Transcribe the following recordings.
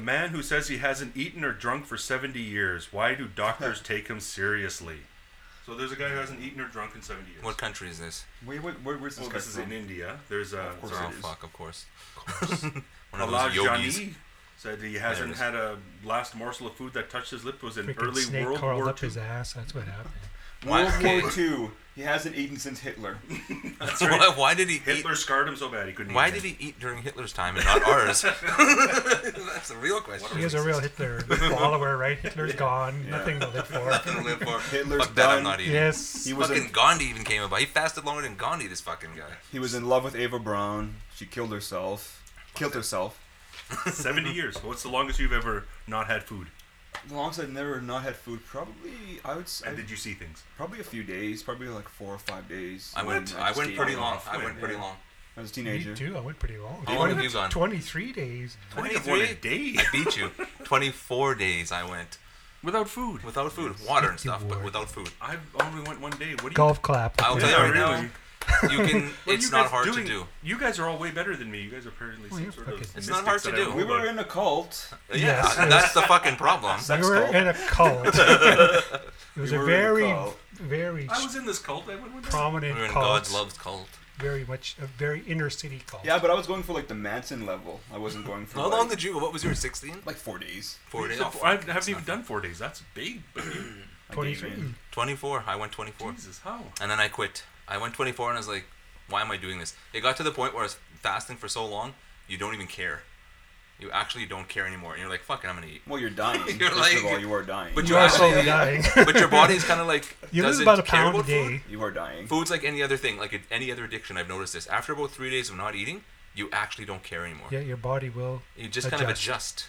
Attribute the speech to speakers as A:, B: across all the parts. A: man who says he hasn't eaten or drunk for 70 years. Why do doctors take him seriously? So there's a guy who hasn't eaten or drunk in 70 years.
B: What country is this?
C: Wait, wait, where, where's this
A: Well,
C: guy
A: this is in
C: from?
A: India. There's a,
C: Of course
B: Oh,
C: it is.
B: fuck, of course. One of
A: Allah
B: those yogis.
A: Jani said he
B: There it
A: hasn't
B: is.
A: had a last morsel of food that touched his lip. It was in
D: Freaking
A: early
D: snake
A: World
D: curled
A: War
D: up
A: II.
D: his ass. That's what happened.
B: Why-
C: World
B: okay.
C: War Two. He hasn't eaten since Hitler.
A: That's
B: Why,
A: right.
B: why did he
A: Hitler scarred him so bad he couldn't
B: eat? Why
A: eat
B: did
A: him.
B: he eat during Hitler's time and not ours? That's the real question.
D: He is a real Hitler follower, right? Hitler's gone. Nothing to live for.
B: Gonna live for-
C: Hitler's
B: Fuck that, I'm
C: done.
B: not eating.
D: Yes.
C: He was
B: Fucking
C: in,
B: Gandhi even came about. He fasted longer than Gandhi. This fucking guy.
C: he was in love with Ava Brown. She killed herself. Killed herself.
A: 70 years. What's the longest you've ever not had food?
C: The longest I've never not had food. Probably I would say
A: And did you see things?
C: probably a few days. Probably like four or five days.
B: I went.
C: When
B: I went
C: stayed
B: pretty
C: on
B: long.
C: off.
B: I went pretty
C: Yeah.
B: long.
C: I was a
D: Me
C: teenager.
D: too. I went pretty long.
B: How long have you
D: It's
B: gone?
D: 23 days.
A: I think I've won a
B: 23?
A: day
B: I beat you. Twenty-four days I went
A: without food.
B: without food, water and
D: Good
B: stuff, but
D: lord.
B: without food.
A: I've only went one day. What do you?
D: Golf clap.
B: I'll tell
A: Yeah,
B: you right now,
A: really.
B: You can.
A: what are
B: it's
A: you
B: not
A: guys
B: hard
A: doing?
B: to do.
A: You guys are all way better than me. You guys are apparently
D: Well,
A: some
D: you're
A: sort of.
D: fucking-
B: It's not hard
A: mystics
B: to
A: that I
B: do.
A: don't know
C: We were
A: about.
C: in a cult.
B: Yeah,
D: Yes, yes.
B: that's the fucking problem.
D: We
C: Sex
D: were
C: cult.
D: in a cult. it was
C: We
D: a
C: were in a
D: very,
C: cult.
D: very
A: I was in this cult. I went one day.
B: We
D: prominent
B: were in
D: cult.
B: God's love's cult.
D: Very much a very inner city cult.
C: Yeah, but I was going for like the Manson level. I wasn't going for
B: How
C: like,
B: long did you? What was your sixteen?
C: like four days.
B: Four days.
A: So
B: Oh,
A: I
B: fuck,
A: haven't
B: it's
A: even
B: not-
A: done four days. That's big. But you-
C: I gave
D: 23.
C: in.
B: Twenty-four. I went twenty-four,
A: Jesus, how?
B: and then I quit. I went twenty-four, and I was like, "Why am I doing this?" It got to the point where I was fasting for so long, you don't even care. You actually don't care anymore, and you're like, "Fuck it, I'm gonna eat."
C: Well, you're dying.
B: You're
C: First
B: like-
C: of all, you are dying.
B: But
D: You
B: you
D: are
B: actually-
D: slowly dying.
B: But your body's kind of like
D: You lose
B: doesn't
D: about a
B: care
D: pound a
B: about food.
D: day.
C: you are dying.
B: Food's like any other thing, like it- any other addiction. I've noticed this. After about three days of not eating, you actually don't care anymore.
D: Yeah, your body will.
B: You just kind of adjust.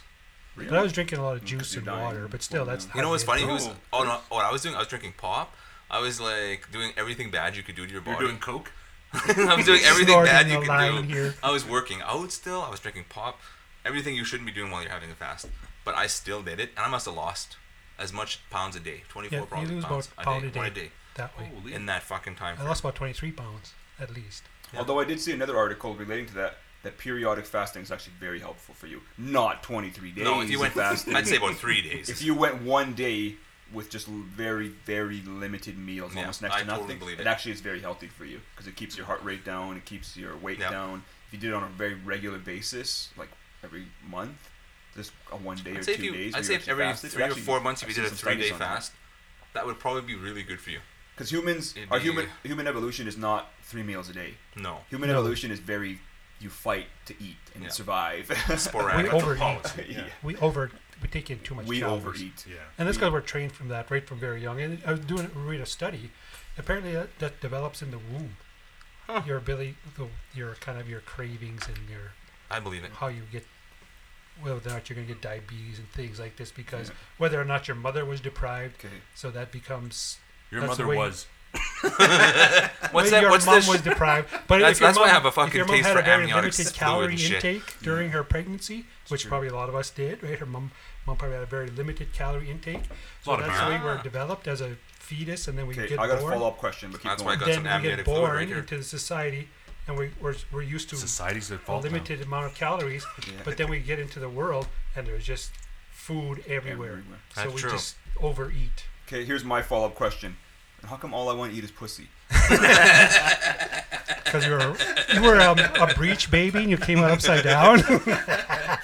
D: But I was drinking a lot of
C: 'Cause
D: juice
C: you're
D: and
C: dying.
D: water, but still,
C: Well,
D: that's.
C: yeah.
B: You know what's funny?
D: how
B: Who was,
D: it is.
B: oh no! What I was doing? I was drinking pop. I was like doing everything bad you could do to your
A: You're
B: body.
A: doing coke.
B: I was doing everything
D: Snorting
B: bad
D: the
B: you can
D: line
B: do.
D: here.
B: I was working out still. I was drinking pop. Everything you shouldn't be doing while you're having a fast. But I still did it, and I must have lost as much pounds a day. Twenty-four
D: Yeah, you
B: pounds,
D: lose about
B: pounds
D: a pound
B: a day, one a day
D: that way.
A: Holy.
B: in that fucking time.
D: I
B: frame.
D: lost about 23 pounds at least.
C: Although I did see another article relating to that, that periodic fasting is actually very helpful for you. Not 23 days.
B: No, if you
C: of
B: went,
C: fasting.
B: I'd say about three days.
C: if you went one day with just l- very, very limited meals,
B: Yeah,
C: almost next
B: I
C: to
B: totally
C: nothing,
B: believe
C: it
B: it.
C: actually is very healthy for you because it keeps your heart rate down, it keeps your weight
B: Yeah.
C: down. If you did it on a very regular basis, like every month, just a one day or
B: I'd
C: two
B: say if you,
C: days,
B: I'd say if every three or four months, if you did a three-day fast, that would probably be really good for you.
C: because humans,
B: It'd
C: our
B: be-
C: human human evolution is not three meals a day.
B: No,
C: Human
D: No.
C: evolution is very you fight to eat and
B: Yeah.
C: survive.
D: We
B: sporadic.
D: overeat.
C: yeah.
D: We over. We take in too much.
C: We
D: calories.
C: overeat.
A: Yeah.
D: And that's because we're trained from that right from very young. And I was doing read a study. Apparently, that, that develops in the womb. Your ability, the, your kind of your cravings and your
B: I believe it.
D: how you get whether or not you're going to get diabetes and things like this because whether or not your mother was deprived,
C: Okay.
D: so that becomes
A: Your
D: That's
A: mother
D: the way-
A: was.
B: What's
D: Well,
B: that?
D: your
B: What's
D: mom
B: this?
D: was deprived. But
B: That's-
D: if your
B: that's why I
D: mom-
B: have a
D: if
B: fucking
D: your mom
B: taste
D: had
B: for
D: a very
B: amniotic
D: limited
B: fluid
D: calorie
B: and shit.
D: intake during her pregnancy, which
C: true.
D: probably a lot of us did, right? Her mom, mom probably had a very limited calorie intake. So
A: lot of
D: that's the way
B: parents.
D: we're developed as a fetus, and then we
C: Okay,
D: get
C: I got a
D: born.
C: follow up question, but keep
B: That's why I
C: going.
B: got some
D: Then we get
B: amniotic fluid right
D: born
B: here.
D: into the society, and we, we're we're used to
A: Society's at
D: a
A: fault. now.
D: limited amount of calories.
C: Yeah.
D: But then we get into the world, and there's just food everywhere.
C: Everywhere.
D: So
B: That's
D: we
B: true.
D: just overeat.
C: Okay, here's my follow up question. How come all I want to eat is pussy?
D: Because you were you were um, a breech baby and you came out upside down.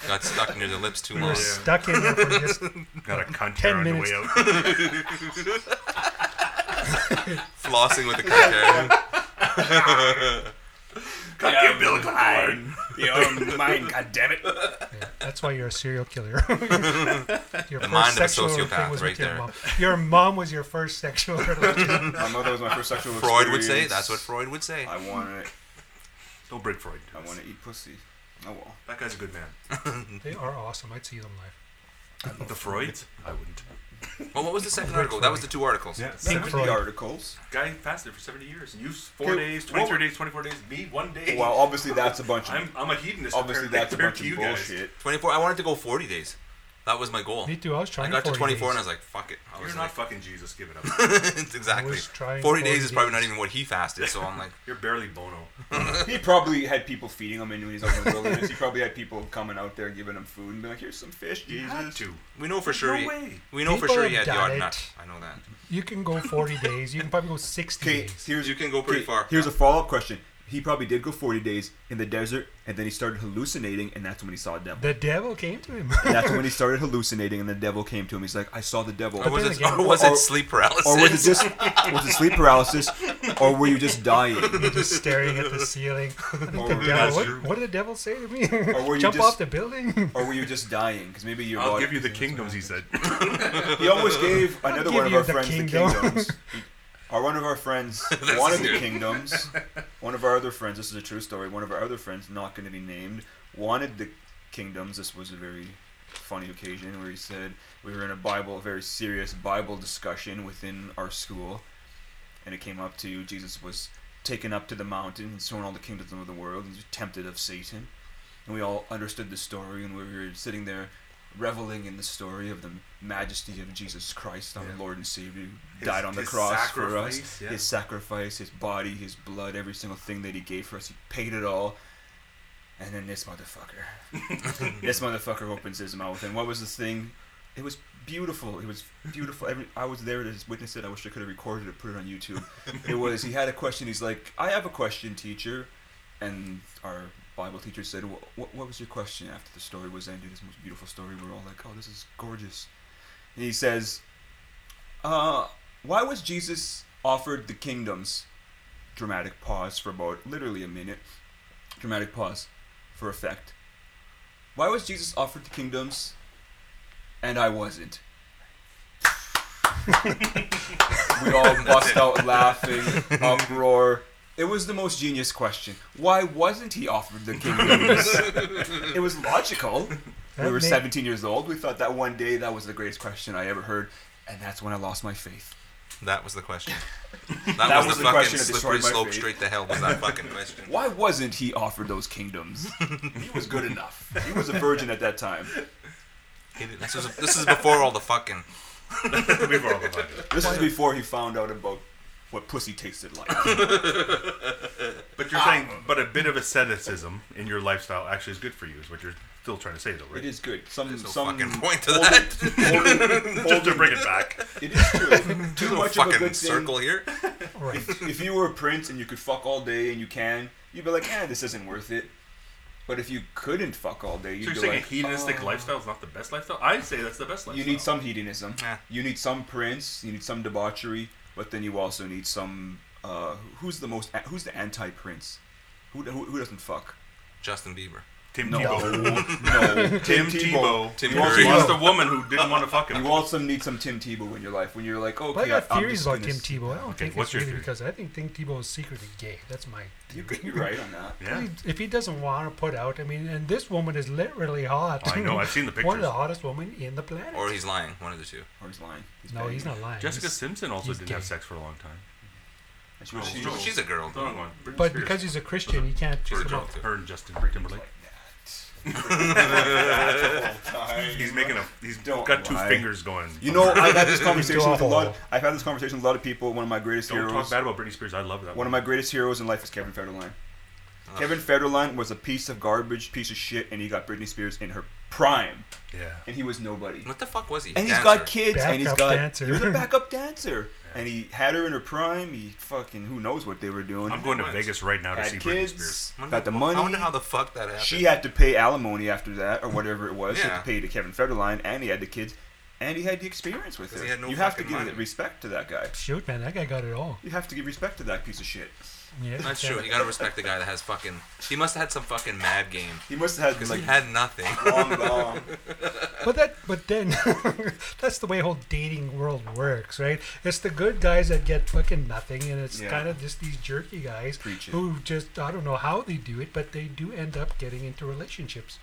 B: Got stuck near the lips too
D: we were
B: long.
D: stuck in there for just
A: Got a cunt
D: 10
A: hair on the
D: minutes.
A: way out.
B: Flossing with the cocaine.
A: Cunt you, Bill Clyde.
C: You're mine, goddammit.
D: Yeah, that's why you're a serial killer. your
B: The
D: first
B: mind of a
D: sexual
B: sociopath
D: thing was
B: right
D: with your
B: there.
D: mom. Your mom was your first sexual relationship.
C: My mother was my first sexual
B: Freud would say.
C: experience.
B: That's what Freud would say.
C: I want it.
A: Don't break Freud.
C: I want to eat pussy. Oh well.
A: That guy's a good man.
D: they are awesome. I'd see them live.
A: The Freuds? I wouldn't.
B: Well, what was the second article? That was the two articles.
D: Pink
C: Seventy
D: Freud.
C: articles.
A: Guy fasted for 70 years. You s- four
C: Okay,
A: days,
C: what-
A: 23 days, 24 days. Me, one day.
C: Well, obviously that's a bunch of.
A: I'm, I'm a hedonist.
C: obviously
A: compared-
C: that's a
A: compared
C: bunch
A: to you
C: of
A: guys.
C: bullshit.
B: Twenty-four. I wanted to go forty days. That was my goal.
D: Me too. I was
B: I
D: trying.
B: got to
D: 40
B: 24 and I
D: days.
B: was like, fuck it. I
A: You're
B: was
A: not
B: like,
A: fucking Jesus. Give it up.
B: it's
D: I
B: exactly.
D: was trying
B: 40, days is probably not even what he fasted, so I'm like,
A: You're barely Bono.
C: He probably had people feeding him in when he's out in the wilderness. He probably had people coming out there giving him food and being like, "Here's some fish,
A: You
C: Jesus."
A: had to.
B: we know for sure
A: no
B: he,
A: way.
B: we know for
D: People
B: sure he
D: have
B: had the
D: done
B: odd
D: it.
B: nut. I know that.
D: You can go 40 days. You can probably go 60
C: Okay,
D: days.
C: here's
B: You can go pretty
C: okay,
B: far.
C: Here's a follow-up question. He probably did go 40 days in the desert, and then he started hallucinating, and that's when he saw a devil.
D: The devil came to him.
C: That's when he started hallucinating, and the devil came to him. He's like, "I saw the devil."
B: Or was
D: then
B: it,
D: again-
B: or was
C: or-
B: it sleep paralysis?
C: Or was it just was it sleep paralysis, or were you just dying,
D: just staring at the ceiling. I think
C: Or-
D: the
A: That's
D: devil, what,
A: true.
D: what did the devil say to me?
C: were you
D: Jump
C: just-
D: off the building?
C: or were you just dying? Because maybe your
A: I'll
C: body.
A: give you the kingdoms, he said.
C: He almost gave another
D: give
C: one of
D: you
C: our
D: the
C: friends
D: kingdom.
C: the kingdoms. He- Our one of our friends wanted the kingdoms. One of our other friends. This is a true story. One of our other friends, not going to be named, wanted the kingdoms. This was a very funny occasion where he said we were in a Bible, a very serious Bible discussion within our school, and it came up to Jesus was taken up to the mountain and shown all the kingdoms of the world and was tempted of Satan, and we all understood the story and we were sitting there reveling in the story of the majesty of Jesus Christ, our
A: Yeah.
C: Lord and Savior, who
A: His-
C: died on the
A: his
C: cross for us.
A: sacrifice, yeah.
C: His sacrifice, his body, his blood, every single thing that he gave for us, he paid it all. And then this motherfucker, this motherfucker opens his mouth, and what was this thing? It was beautiful. It was beautiful. Every I was there to witness it. I wish I could have recorded it, put it on YouTube. It was. He had a question. He's like, "I have a question, teacher," and our Bible teacher said, "What, what, what was your question?" After the story was ended, this most beautiful story, we're all like, "Oh, this is gorgeous." And he says, uh, "Why was Jesus offered the kingdoms?" Dramatic pause for about literally a minute. Dramatic pause for effect. Why was Jesus offered the kingdoms and I wasn't? we all bust out laughing, uproar. It was the most genius question. Why wasn't he offered the kingdoms? it was logical.
D: That
C: we were
D: may-
C: 17 years old. We thought that one day that was the greatest question I ever heard, and that's when I lost my faith.
B: that was the question. That,
C: was
B: was,
C: the
B: the,
C: question
B: fucking
C: that
B: slippery
C: destroyed my
B: slope
C: faith.
B: straight to hell was that fucking question.
C: Why wasn't he offered those kingdoms? he was good enough. He was a virgin at that time.
B: This, was, this is before all the fucking.
A: We've all been like that.
C: This is before he found out about what pussy tasted like.
A: But you're saying, but a bit of asceticism in your lifestyle actually is good for you, is what you're still trying to say, though, right?
C: It is good. Some
B: no
C: some
B: fucking point to
C: holding-
B: that.
C: holding-
A: Just to
C: holding-
A: bring it back.
C: It is true. Too
B: Little
C: much of a
B: fucking
C: good
B: circle
C: thing.
B: here.
D: right.
C: If you were a prince and you could fuck all day and you can, you'd be like, eh, this isn't worth it. But if you couldn't fuck all
A: So
C: day, you'd
A: you're
C: be
A: saying
C: like,
A: a hedonistic
C: "Oh."
A: lifestyle is not the best lifestyle? I'd say that's the best lifestyle.
C: You need some hedonism.
B: Yeah.
C: You need some prince. You need some debauchery. But then you also need some. Uh, who's the most? Who's the anti-prince? Who, who, who doesn't fuck?
B: Justin Bieber.
A: Tim
C: No,
A: Tebow.
C: no.
A: Tim Tebow.
B: Tim
A: you also
B: Curry.
A: lost a woman who didn't want to fuck him.
C: You also need some Tim Tebow in your life when you're like, okay,
D: But I got
C: I'm
D: theories
C: just
D: about
C: gonna s-
D: Tim Tebow. I don't
A: Okay,
D: think
A: what's
D: it's
A: your
D: really
A: theory?
D: because I think, think Tebow is secretly gay. That's my
C: You could be right on that.
A: Yeah.
D: He- If he doesn't want to put out, I mean, and this woman is literally hot.
A: I know, I've seen the
D: One of the
A: pictures.
D: hottest women in the planet.
B: Or he's lying. One of the two.
C: Or he's lying. He's
D: no, he's not lying.
A: Jessica
D: He's-
A: Simpson also
D: he's
A: didn't
D: gay.
A: have sex for a long time.
C: She was,
A: Oh,
C: she
A: no.
C: was-
B: She's a girl.
A: The wrong one. Britney
D: But
A: Spears.
D: because he's a Christian, he can't.
B: She's a
D: come
B: girl
D: up-
B: too.
A: her and Justin Timberlake. He's making a. He's
C: Don't
A: got two
C: lie.
A: fingers going.
C: You know, I've had this conversation with a
D: Don't.
C: lot. I've had this conversation with a lot of people. One of my greatest
A: don't
C: heroes.
A: talk bad about Britney Spears. I love that.
C: One of my greatest heroes in life is Kevin Federline. Kevin Federline was a piece of garbage, piece of shit, and he got Britney Spears in her prime,
A: Yeah.
C: and he was nobody.
B: What the fuck was he?
C: And he's
B: Dancer.
C: got kids, and he's
D: Backup
C: got
D: dancer.
C: he was a backup dancer, and he had her in her prime. He fucking who knows what they were doing.
A: I'm going to
B: What?
A: Vegas right now to see
C: had
A: Britney Spears.
C: kids,
B: I wonder-
C: got the
B: I wonder
C: money.
B: how the fuck that happened.
C: She had to pay alimony after that, or whatever it was. She had
B: Yeah.
C: to pay to Kevin Federline, and he had the kids, and he had the experience with
B: 'Cause
C: her.
B: he had no
C: you have to
B: fucking
C: give
B: money.
C: respect to that guy.
D: Shoot, man, that guy got it all.
C: You have to give respect to that piece of shit.
D: Yeah,
B: That's
D: yeah.
B: true. You gotta respect the guy that has fucking. He must have had some fucking mad game
C: He must have had
B: because
C: like
B: he had nothing.
C: long, long.
D: But that, but then, that's the way whole dating world works, right? It's the good guys that get fucking nothing, and it's
C: Yeah.
D: kind of just these jerky guys
C: Preach it.
D: who just I don't know how they do it, but they do end up getting into relationships.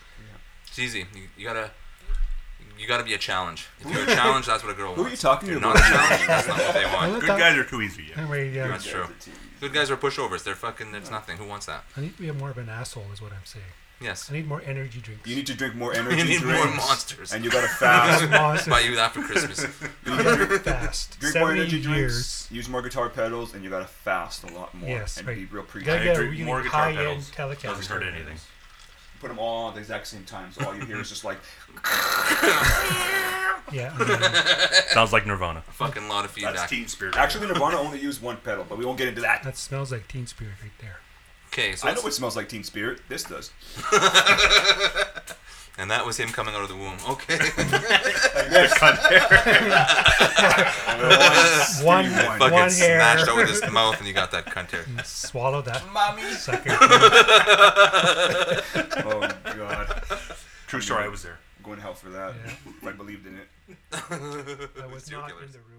B: It's easy. You, you gotta. You gotta be a challenge. If you're a challenge, that's what a girl wants.
C: Who are you talking
B: You're
C: about?
B: not a challenge. That's not what they
D: I
B: want.
D: look
A: Good
D: up-
A: guys are too easy. Yeah.
D: Anyway, yeah,
B: That's true. Good guys are pushovers. They're fucking. There's nothing. Who wants that?
D: I need to be more of an asshole, is what I'm saying.
B: Yes.
D: I need more energy drinks.
C: You need to drink more energy
B: You need more
C: drinks.
B: monsters.
C: And you gotta fast.
D: Monster
B: Buy you that for Christmas.
C: you gotta
D: fast.
C: drink more
D: 70
C: energy
D: years.
C: drinks. Use more guitar pedals, and you gotta fast a lot more.
D: Yes,
C: and
D: right.
C: be real
D: You
C: preachy.
D: gotta
A: I
D: get a
A: agree.
D: really
A: More guitar
D: high-end
A: pedals
D: Telecaster.
A: doesn't hurt anything.
C: Put them all on at the exact same time, so all you hear is just like
D: Yeah. I mean,
A: Sounds like Nirvana.
B: Fucking lot
A: That's
B: of feedback.
A: Teen Spirit.
C: Actually, Nirvana only used one pedal, but we won't get into that.
D: that smells like Teen Spirit right there.
B: Okay, so
C: I know
B: that's-
C: it smells like Teen Spirit. This does.
B: and that was him coming out of the womb. Okay,
D: One,
C: Fucking
D: one
B: fucking
D: hair.
B: smashed out with his mouth, and you got that cunt hair.
D: Swallow that
C: Mommy.
D: sucker.
C: Oh God.
A: True story. I was there.
C: I'm going to hell for that.
D: Yeah.
C: If I believed in it.
D: I was
B: Serial
D: not
B: killers.
D: in the room.